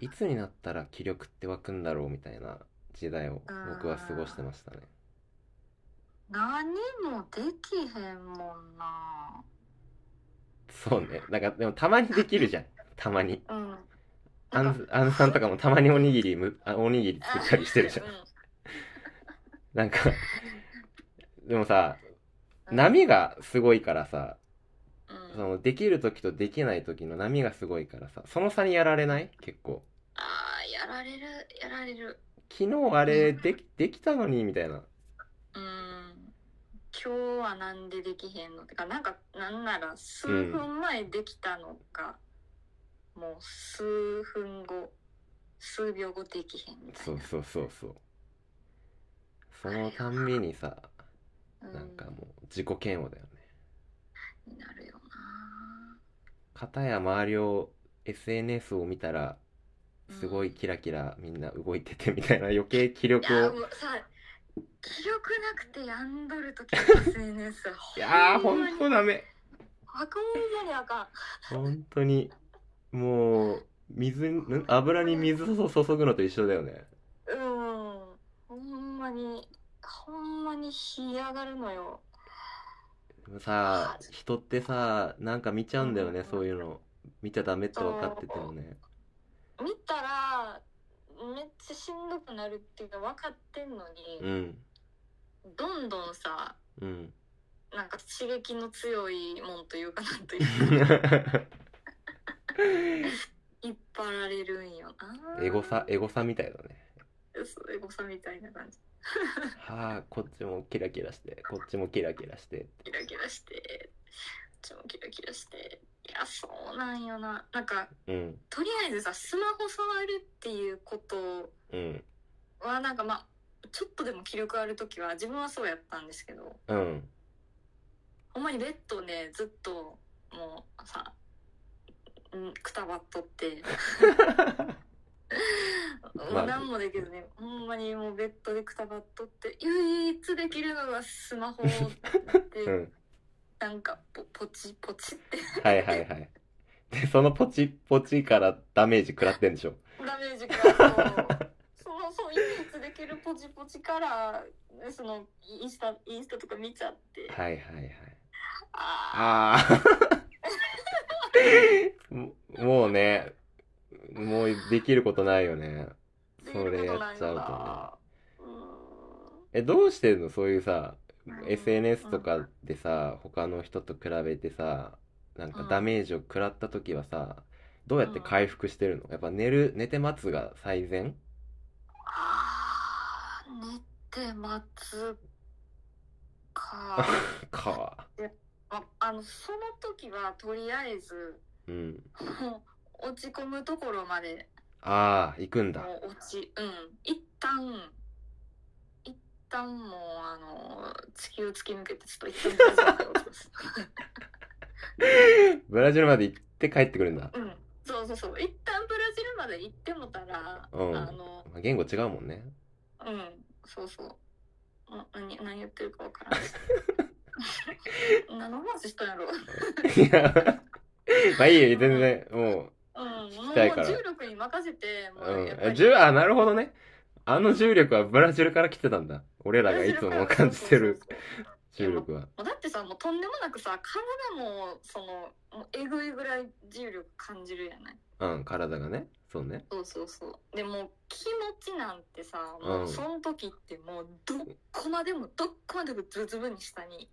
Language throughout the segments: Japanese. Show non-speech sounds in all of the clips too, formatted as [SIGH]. いつになったら気力って湧くんだろうみたいな時代をあー僕は過ごしてましたね。何もできへんもんなそうね。なんかでもたまにできるじゃん。たまに。うんあなんかん、 [LAUGHS] あんさんとかもたまにおにぎりむ、あおにぎり作ったりしてるじゃん。なんか、でもさ、うん波がすごいからさ、うんそのできる時とできない時の波がすごいからさ、その差にやられない結構。あーやられるやられる昨日あれでき、できたのにみたいな。うん今日はなんでできへんのてかなんかなんなら数分前できたのが、もう数分後数秒後できへんみたいそうそうそうそう。そのたんびにさ、ななんかもう自己嫌悪だよね。うんになるよ片や周りを SNS を見たらなすごいキラキラみんな動いててみたいな余計気力いやをもうさ気力なくてやんどる時の SNS [LAUGHS] いやーほん本まに当ダメ箱じゃねあかん本当にもう水ん油に水注ぐのと一緒だよねうんほんまにほんまに干上がるのよでもさ人ってさなんか見ちゃうんだようねんそういうの見ちゃダメって分かっててもね見たらめっちゃしんどくなるっていうか分かってんのうに、んどんどんさうん [LAUGHS] なんか刺激の強いもんというかな [LAUGHS] んというか引っ張られるんよなエゴサエゴサみたいだねそうエゴサみたいな感じはあこっちもキラキラしてこっちもキラキラしてキラキラしてこっちもキラキラしていやそうなんよななんかうんとりあえずさスマホ触るっていうことうんはなんかまあちょっとでも気力ある時は自分はそうやったんですけどうんほんまにベッドでずっともうさうんくたばっとって [LAUGHS] まもあう何もできずねほんまにもうベッドでくたばっとって唯一できるのがスマホで、 [LAUGHS] うんなんかポポチポチってはいはいはい。で、そのポチポチからダメージ食らってんでしょ。ダメージ [LAUGHS] 食らうと。そのそう唯一できるポチポチからそのインスタインスタとか見ちゃってはいはいはい。あーああ。ももうね、もうできることないよね。できそるれこやとなっいちゃようとね。なえ、どうしてんのそういうさう、ん SNS とかでさ、他の人と比べてさ、なんかダメージを食らった時はさ、どうやって回復してるのやっぱ寝る、寝て待つが最善あー寝て待つ [LAUGHS] か、か。まあのその時はとりあえずうん。もう落ち込むところまでああ、行くんだ。もう落ちうん一旦一旦もうあの地球突き抜けてちょっと一旦ブラジルまで落ちます [LAUGHS] ブラジルまで行って帰ってくるんだ。うんそうそうそう一旦ブラジルまで行ってもたら、うんあのまあ言語違うもんね。うんそうそうな何何言ってるか [LAUGHS] 分からん何の話したんやろいや、まあいいよ、全然、もうん、もきうたいから重力に任せて、う、もううやっぱん。り重、あ、なるほどね。あの重力はブラジルから来てたんだ。俺らがいつも感じてる [LAUGHS] そうそうそう重力は。そうもうだってさ、もうとんでもなくさ、体も、その、もうえぐいぐらい重力感じるやない。うん、体がね。そうね。そうそうそう。でも、気持ちなんてさ、もんうその時ってもう、どっこまでも、どっこまでもズブズブに下に、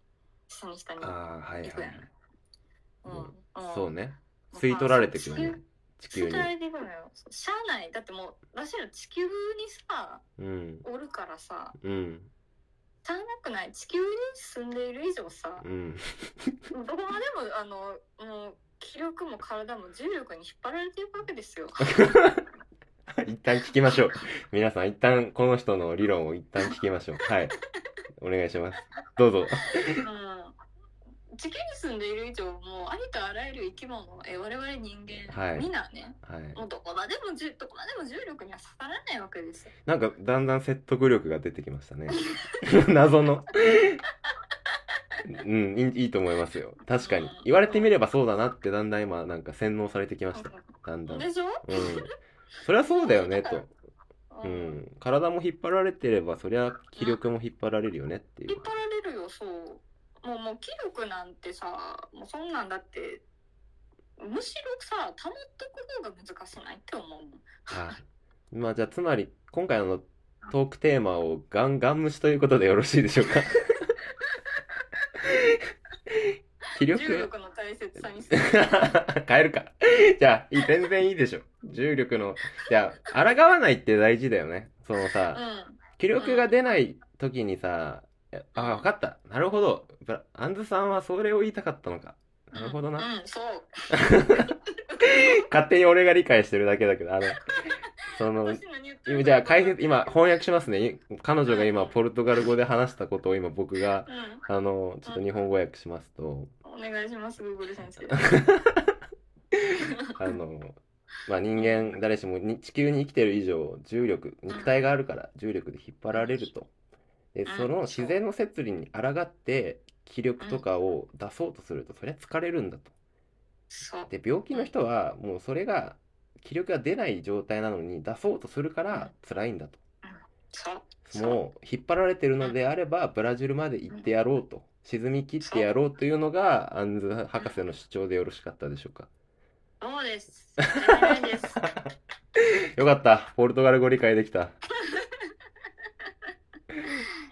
下に下に。ああ、はいはい行くはやいん。うんそうね。もう吸い取られてくるねさ。地地球球に。に吸い取。られていくのよ。そう車内、だってもう、私ら地球にさ、うん。おるからさ、うん。足らなくない地球に住んでいる以上さうん。 [LAUGHS] どこまでもあのもう気力も体も重力に引っ張られていくわけで [LAUGHS] すよ一旦聞きましょう。皆さん、一旦この人の理論を一旦聞きましょう。はい。お願いします。どうぞ。うん地球に住んでいる以上もうありとあらゆる生き物え我々人間、はいみんなねはい。もうどこまでもじゅどこまでも重力には逆らえないわけですよなんかだんだん説得力が出てきましたね。 [LAUGHS] 謎の。うんいい、いいと思いますよ。確かに。言われてみればそうだなってだんだん今なんか洗脳されてきました。だんだん。うん。でしょ、そりゃそうだよねと、う、うんん、体も引っ張られてればそりゃ気力も引っ張られるよねってい引うっ張られるよそうもうもう気力なんてさもうそんなんだってむしろさ保っとく方が難しないって思うもんあまあじゃあつまり今回のトークテーマをガンガン虫ということでよろしいでしょうか気力重力の大切さにする [LAUGHS] 変えるか。じゃあ、いい全然いいでしょ。重力の。じゃあ、抗わないって大事だよね。そのうんさ、気力が出ない時にさ、えあ、わかった。なるほど。ブラアンズさんはそれを言いたかったのか。なるほどな。うん、うん、そう勝手に俺が理解してるだけだけど、あの、その、私何言ってる今かじゃあ解説、今翻訳しますね。彼女が今ポルトガル語で話したことを今僕が、うんあの、ちょっと日本語訳しますと、お願いします、グーグル先 [LAUGHS] 生。あの、まあ、人間誰しもに地球に生きてる以上重力肉体があるから重力で引っ張られるとでうんその自然の摂理に抗って気力とかを出そうとするとそれは疲れるんだとそう。で病気の人はもうそれが気力が出ない状態なのに出そうとするから辛いんだとそう。もう引っ張られてるのであればブラジルまで行ってやろうと沈み切ってやろうというのがアンズ博士の主張でよろしかったでしょうかそうです。足りないです。 [LAUGHS] よかったポルトガル語理解できた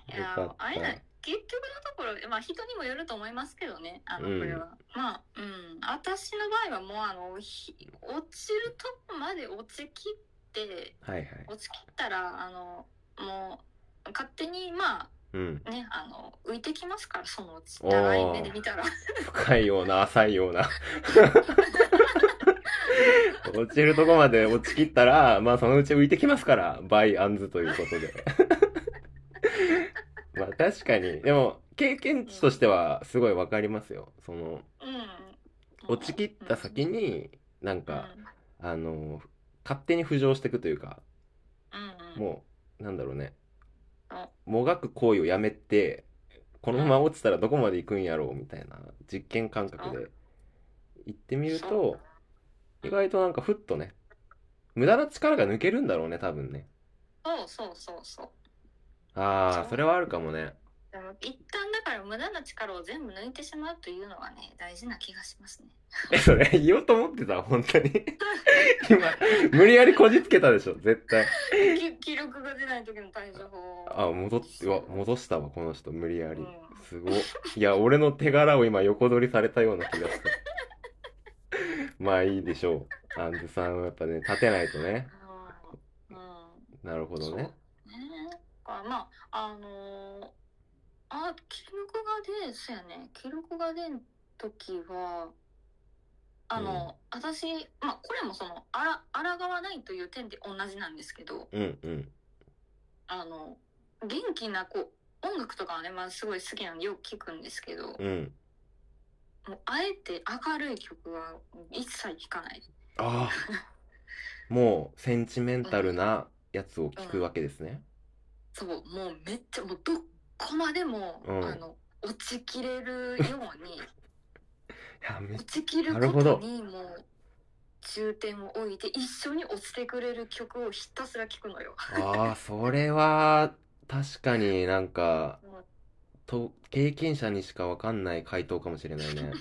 いやよかっー、た会えない。結局のところ、まあ人にもよると思いますけどね、あの、うんこれは。まあ、うん。私の場合はもう、あの、ひ落ちるとこまで落ちきって、はいはい落ちきったら、あの、もう、勝手に、まうんあ、ね、あの、浮いてきますから、そのうち。おー長い目で見たら。深いような浅いような落ちるとこまで落ちきったらまあそのうち浮いてきますからバイアンズということで [LAUGHS] まあ確かにでも経験値としてはすごいわかりますよそのうん。 [LAUGHS] 落ちきった先になんかあの勝手に浮上していくというかうん、うん。うん。もうなんだろうねあもがく行為をやめてこのまま落ちたらどこまで行くんやろうみたいな実験感覚で行ってみるとうん意外となんかふっとね無駄な力が抜けるんだろうね多分ねそうそうそうそう。あそあうそれはあるかもね [LAUGHS] でも一旦だから無駄な力を全部抜いてしまうというのはね大事な気がしますね。えそれ言おうと思ってた本当に [LAUGHS] 今無理やりこじつけたでしょ絶対き [LAUGHS] 記録が出ない時の対処法。あ戻ってうわ戻したわこの人無理やりうんすごっいや俺の手柄を今横取りされたような気がしたまあいいでしょうアンズさんはやっぱね立てないとねうん。うん。なるほどねそうねだからまああのーあ記録が出んそうやね記録が出ん時はあの、私まあこれもそのあら抗わないという点で同じなんですけど。うんうんあの元気なこう音楽とかはね、まあ、すごい好きなんでよく聞くんですけど、もうんうあえて明るい曲は一切聴かない。ああもうセンチメンタルなやつを聞くわけですねそうもうめっちゃもうどこまでも、うんあの落ちきれるよ [LAUGHS] うにいやめ落ちきるなるこほどとにもう重点を置いて一緒に落ちてくれる曲をひたすら聴くのよ。ああそれは確かになんかうんと経験者にしかわかんない回答かもしれない [LAUGHS] ね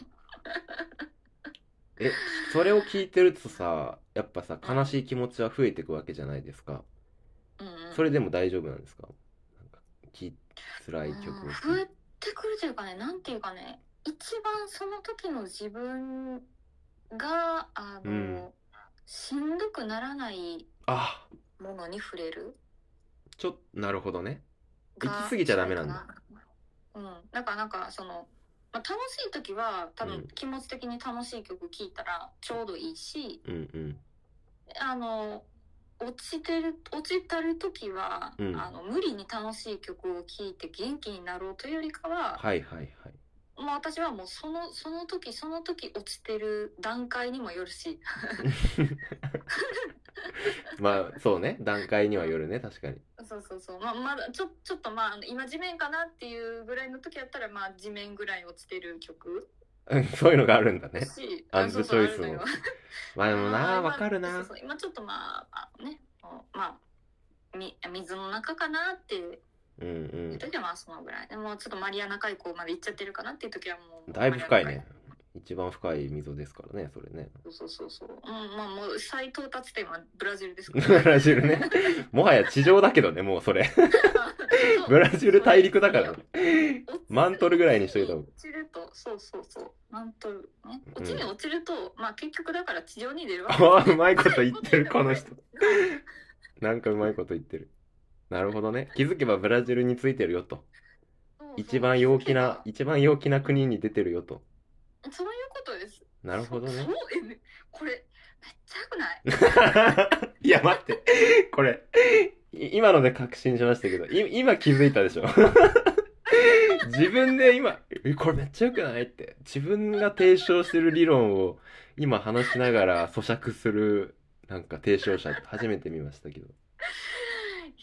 えそれを聞いてるとさやっぱさ悲しい気持ちは増えてくわけじゃないですかうんうんそれでも大丈夫なんですかなんかき辛い曲をうん聴増いえてくるというかねなんていうかね一番その時の自分があうの、んしんどくならないあものに触れるちょっとなるほどねが行き過ぎちゃダメなんだ近いかなうんだからなんかその、まあ、楽しい時は多うん分気持ち的に楽しい曲聴いたらちょうどいいし、うんうんあの落ちてる落ちたる時は、うんあの無理に楽しい曲を聴いて元気になろうというよりかは、はいはいはいまあ私はもうそのその時その時落ちてる段階にもよるしまあそうね段階にはよるね確かにそうそうそう、まあ、まだちょちょっとまああの今地面かなっていうぐらいの時やったらまあ地面ぐらい落ちてる曲うんそういうのがあるんだだねしアンズチョイスもあそうそうあるのよまあでもなあーわかる今なそうそう今ちょっとまああまあみ水の中かなっていううんうん時はまあそのぐらいでもちょっとマリアナ海溝まで行っちゃってるかなっていう時はもうだいぶ深いね一番深い溝ですからねそれねそうそうそうそううんまあもう最到達点はブラジルです [LAUGHS] かブらラジル [LAUGHS] ねもはや地上だけどねもうそれブラジル大陸だからねマントルぐらいにしといた方が落ちるとそうそうそうマントルね落ちに落ちると、まあ結局だから地上に出るわ [LAUGHS] けああうまいこと言ってるこの人 [LAUGHS] なんかうまいこと言ってるなるほどね気づけばブラジルについてるよと一番陽気な一番陽気な国に出てるよとそういうことですなるほどそねうえめこれめっちゃ良くない [LAUGHS] いや待ってこれい今ので確信しましたけどい今気づいたでしょ [LAUGHS] 自分で今えこれめっちゃよくないって自分が提唱してる理論を今話しながら咀嚼するなんか提唱者って初めて見ましたけどい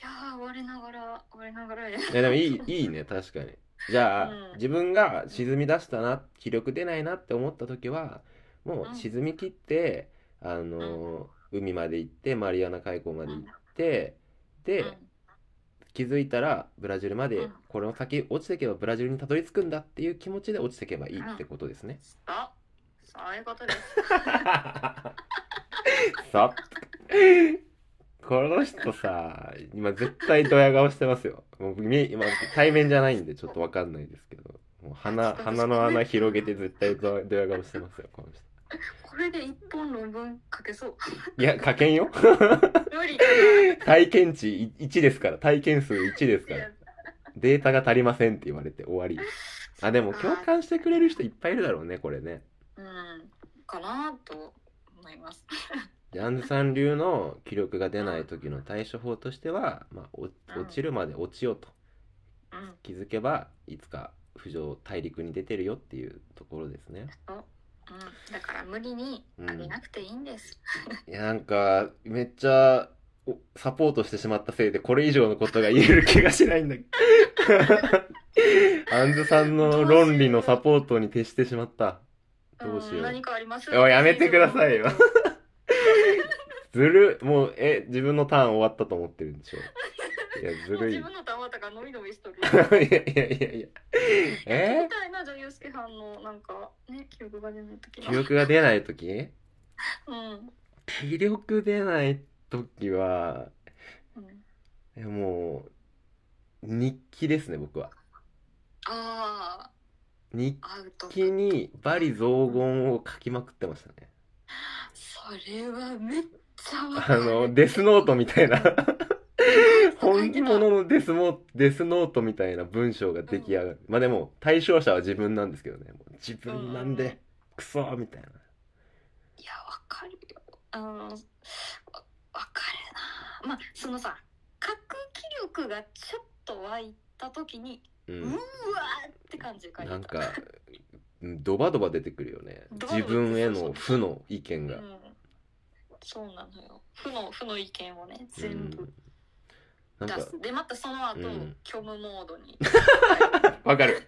やー我ながら我ながらやいやでもいいいいね確かにじゃあ、うん自分が沈み出したな気力出ないなって思った時はもう沈み切って、あのー海まで行ってマリアナ海溝まで行って、で、気づいたらブラジルまで、うんこの先落ちてけばブラジルにたどり着くんだっていう気持ちで落ちてけばいいってことですね、あそういうこ [LAUGHS] とですさこの人さ今絶対ドヤ顔してますよもう見今対面じゃないんでちょっとわかんないですけどもう鼻鼻の穴広げて絶 [LAUGHS] 対ドドヤ顔してますよこの人これで一本論文書け [LAUGHS] そういや書けんよ無理かな体験値1ですから体験数1ですからデータが足りませんって言われて終わりあでも共感してくれる人いっぱいいるだろうねこれねうんかなと思いますジャンズさん流の気力が出ない時の対処法としては、まあ、お落ちるまで落ちようとうん気づけばいつか浮上大陸に出てるよっていうところですねそう、うん、だから無理にあげなくていいんです、いやなんかめっちゃおサポートしてしまったせいでこれ以上のことが言える気がしない [LAUGHS] んだけどアンズさんの論理のサポートに徹してしまったどうしよう何かありますおいやめてください [LAUGHS] よずるもうえ自分のターン終わったと思ってるんでしょいやずもうるい自分のたまたがのみのみしとるいやいやいやいや [LAUGHS] えみたいな女優介さんのなんかね記憶が出ない時ー、記の憶が出ない時 [LAUGHS] うん、気力出ない時はうん、えもう日記ですね僕はあ日あアウト記にバリ雑言を書きまくってましたねそれはめっちゃわかある [LAUGHS] のデスノートみたいな [LAUGHS] 本書いてた物のデスモデスノートみたいな文章が出来上がるまあでも対象者は自分なんですけどねもう自分なんうんうんでクソみたいないやわかるよあのわわかるなまあそのさ書く気力がちょっと湧いた時に、ううんわーって感じで書いてたなんかうんドバドバ出てくるよね自分への負の意見うがん、そうなのよ負の負の意見をね全部うんなん出かす、でまたその後、うん虚無モードにわかる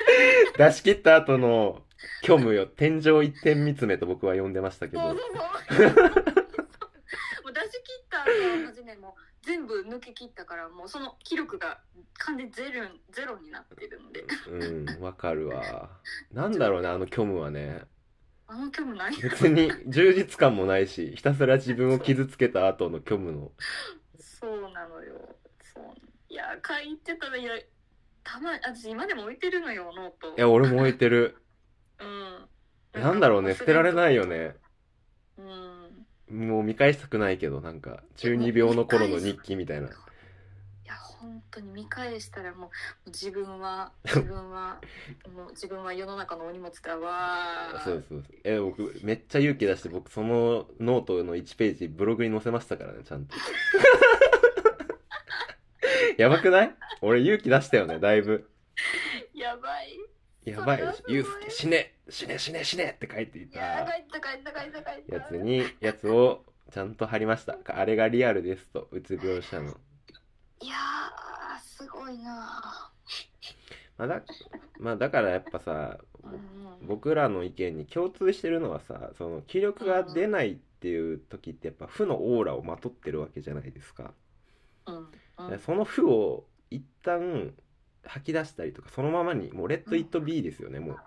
出し切った後の虚無よ天井一点見つめと僕は呼んで [LAUGHS] ましたけそうどそうそうもう出し切った後初めもう全部抜け切ったからもうその気力が完全にゼロゼロになってるんでうんわかるわなんだろうねあの虚無はねあの虚無ない別に充実感もないしひたすら自分を傷つけた後の虚無のそうなのよ。そう。いや、書いてたら、いや、たまに、私今でも置いてるのよ、ノート。いや俺燃えてるうん。なんだろうね捨てられないよ。ねうん。もう見返したくないけどなんか中二病の頃の日記みたいないや、本当に見返したらもう、もう自分は、自分は、 [LAUGHS] もう自分は世の中のお荷物だわー。そうですそうですえ僕めっちゃ勇気出して僕そのノートの1ページブログに載せましたからねちゃんと [LAUGHS] やばくない俺勇気出したよねだいぶやばい。やばいよそれユはースすごいケ死ね死ね死ね死ねって書いていいや、た書いた書いた書いた書いた。やつにやつをちゃんと貼りましたあれがリアルですとうつ病者の、いやー、すごいなまあ、だまあだからやっぱさー。うんうん。僕らの意見に共通してるのはさその気力が出ないっていう時ってやっぱ負のオーラをまとってるわけじゃないですかうんうんでその負を一旦吐き出したりとかそのままにもうレッド・イット・ビーですよねも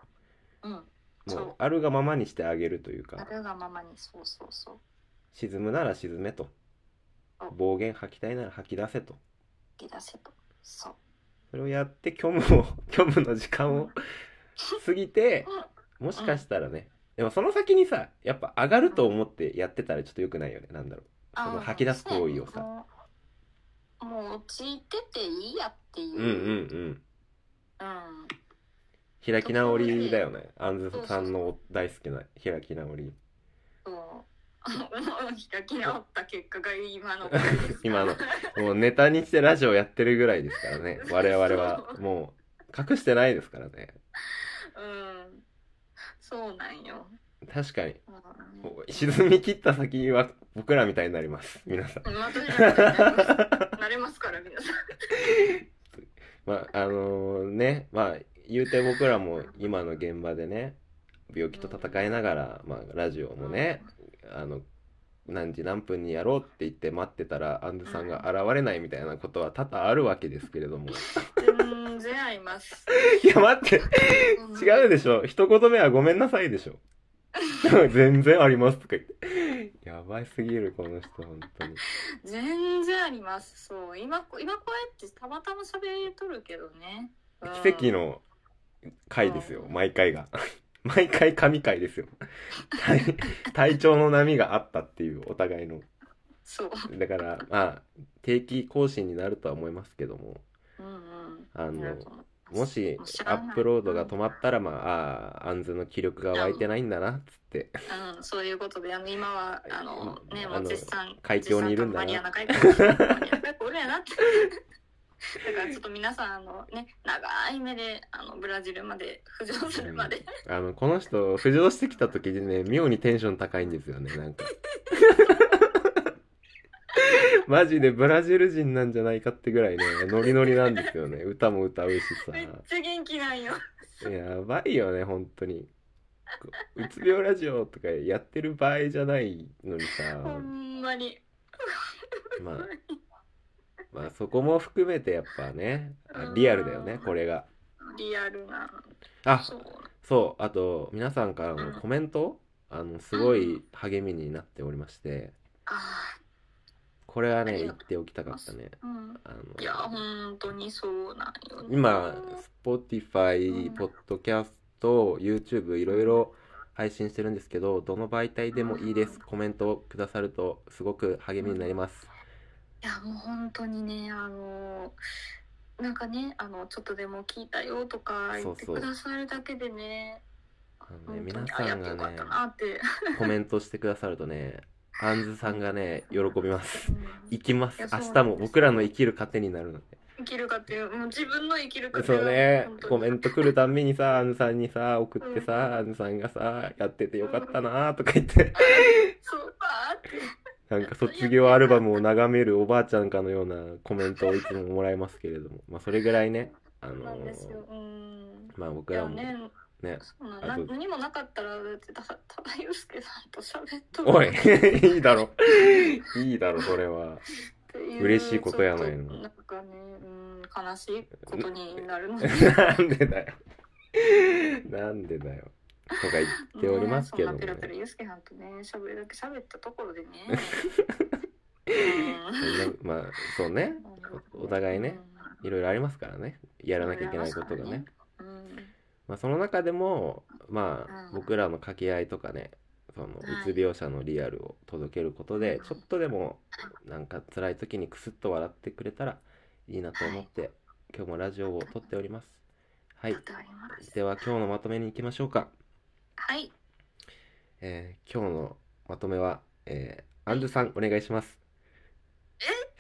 うんうもそううあるがままにしてあげるというあかるがままにそうそうそう沈むなら沈めとそう暴言吐きたいなら吐き出せと吐き出せとそうそれをやって虚無を [LAUGHS] 虚無の時間を過ぎてもしかしたらねでもその先にさやっぱ上がると思ってやってたらちょっと良くないよねなんだろうその吐き出す行為をさもうもう陥ってていいやっていううんううんうんうん開き直りだよねアンズさんの大好きな開き直りそう [LAUGHS] 開き直った結果が今のこれですから [LAUGHS] 今のもうネタにしてラジオやってるぐらいですからね我々はもう隠してないですからねうんそうなんよ、確かにうん、もう沈み切った先は僕らみたいになります皆さん私はなれますから皆さんまああのねまあ言うて僕らも今の現場でね病気と戦いながら、まあ、ラジオもねあの何時何分にやろうって言って待ってたらアンズさんが現れないみたいなことは多々あるわけですけれども全然合いますいや待って違うででしょ一言目はごめんなさいでし [LAUGHS] ょ全然ありますとか言ってやばいすぎるこの人本当に全然ありますそう今こ今こうやってたまたま喋っとるけどね、うん奇跡の回ですようん毎回が毎回神回ですよ体体調の波があったっていうお互いのそうだからまあ定期更新になるとは思いますけどもうんうんあのなると思いますもしもうしゃアあなッいプロードが止まったらまあああアンズの気力が湧いてないんだなっつってうん、そういうことで、あの今は、あの、ね、あのもう絶賛、海峡にいるんだな絶賛マニアな海峡にいるマニアな俺やなって。 [LAUGHS] だからちょっと皆さん、あのね、長い目で、あの、ブラジルまで、浮上するまで、あのこの人浮上してきた時にね妙にテンション高いんですよねなん [LAUGHS] かマジでブラジル人なんじゃないかってぐらいねノリノリなんですよね歌も歌うしめっちゃ元気なんよ。さやばいよね本当にこうつ病ラジオとかやってる場合じゃないのにさほんまに。まあまあそこも含めてやっぱねあリアルだよねこれがリアルな。あそう。そう、あと皆さんからのコメント、あのすごい励みになっておりまして、あこれはあね、り言がっとておきたかったね。あ、うん。あのいや、本当にそうなんよね、今、Spotify う、ん Podcast、YouTube いろいろ配信してるんですけど、どの媒体でもいいです。コメントをくださるとすごく励みになります。いやもう本当にねあのなんかねあのちょっとでも聞いたよとか言ってそうそうくださるだけでねあのね皆本当にあやさっんてがよかっねた、なって、コメントしてくださるとね、アンズさんがね、喜びます。うん生きますいや。そう明なんです日も僕らの生きる糧になるので。生きるかっていうもう自分の生きるかっていそうね本当、にコメント来るたんびにさ、アンさんにさ、送ってうんさ、アンさんがさ、やっててよかったなとか言って、そうあーってなんか卒業アルバムを眺めるおばあちゃんかのようなコメントをいつももらいますけれども、まあそれぐらいね、あのなんですーよ、うんまあい僕らやもねね、そうなんあなと何もなかったらだってたただゆうすけさんと喋っとるおい、 [LAUGHS] いいだろ、いいだろ、それは。っていう嬉しいことやないのちょっとなんかね、うん、悲しいことになるのでなんでだよ。なんでだよ。とか言っておりますけどねもそんなペラペねラ。ユースケさんとね、しゃべるだけ喋ったところでね。そんなまあそうね、 [LAUGHS] おお互いね。いろいろありますからね、やらなきゃいけないことがね。うん。うんまあ、その中でも、まあ、うん僕らの掛け合いとかねそのはいうつ病者のリアルを届けることで、ちょっとでもなんか辛い時にクスッと笑ってくれたらいいなと思って、今日もラジオを撮っております。はいだ、とありますでは今日のまとめに行きましょうか。はい。えー今日のまとめは、えーアンドゥさんお願いします。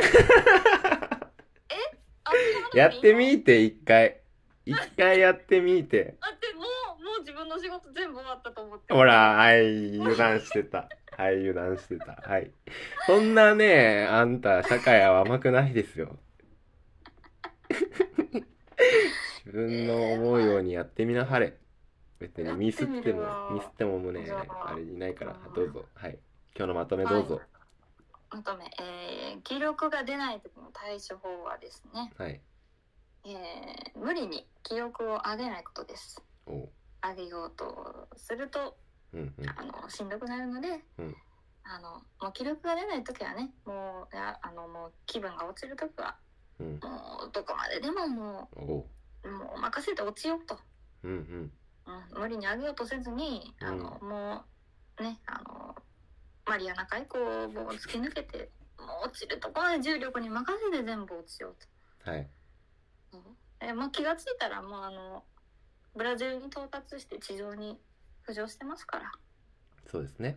あそうなやのってみーて一回一回やってみーて。あって、もう、もう自分の仕事全部終わったと思って。ほら、はい、油断してた。はい、油断してた。はい。そんなね、あんた、社会は甘くないですよ。自分の思うようにやってみなはれ。別にミスっても、ミスってももうね、あれいないから、どうぞ。はい。今日のまとめどうぞ。求め、えー気力が出ない時の対処法はですね、はい。えー無理に記憶を上げないことです。おう。上げようとするとうんうん。あのしんどくなるので、うんあのもう気力が出ない時はねもういやあのもう気分が落ちる時はうん。もうどこまででももおう。うもう任せて落ちようと、うんうん。うん、無理に上げようとせずにあの、もうねあのマリアナ海溝をもう突き抜けてもう落ちるとこまで重力に任せて全部落ちようと。はい。えもう気がついたらもうあのブラジルに到達して地上に浮上してますから。そうですね。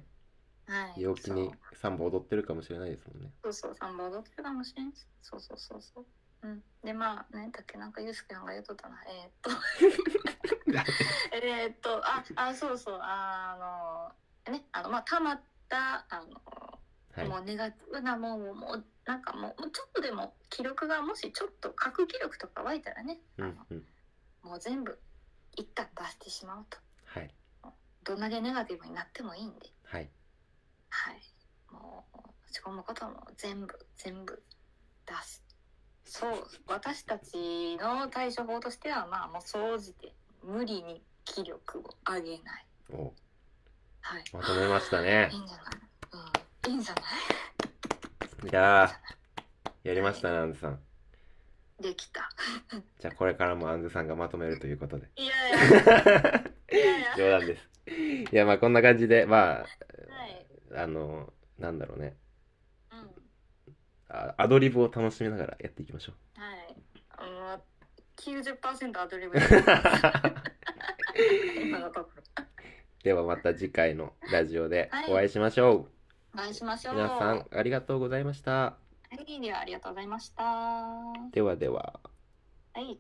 はい、陽気そうに三本踊ってるかもしれないですもんね。そうそう、サンバ踊ってるかもしれんし。そうそうそうそう。うん、でまあねだっけなんかユうスケさんが言うとったなえーっと [LAUGHS] えーっとああそうそうあのねあのまあたまったあの、はい。もうネガティブなもんをもうなんかもうもうちょっとでも記録がもしちょっと核記録とか湧いたらね、うあんうん。のもう全部一旦出してしまうとはい。どんだけネガティブになってもいいんではい。はい。もう、落ち込むことも全部、全部出す。そう、私たちの対処法としては、まあ、もう、総じて、無理に気力を上げない。おう。はい。まとめましたね [LAUGHS] いい。んじゃないうん。いいんじゃないいやー、やりましたね、アンズさん。できた。じゃあこれからもアンズさんがまとめるという [LAUGHS] ことで。いやいや、いやいや。冗談です。いや、まあこんな感じで、まあ、はい。あの、なんだろうね。うん。あアドリブを楽しみながらやっていきましょう。 [LAUGHS] はい。あの、90%アドリブです。 [LAUGHS] 今のところ。ではまた次回のラジオではいお会いしましょお会いしましう。ょう。皆さんありがとうございました。はい、ではありがとうございました。はではでは。い。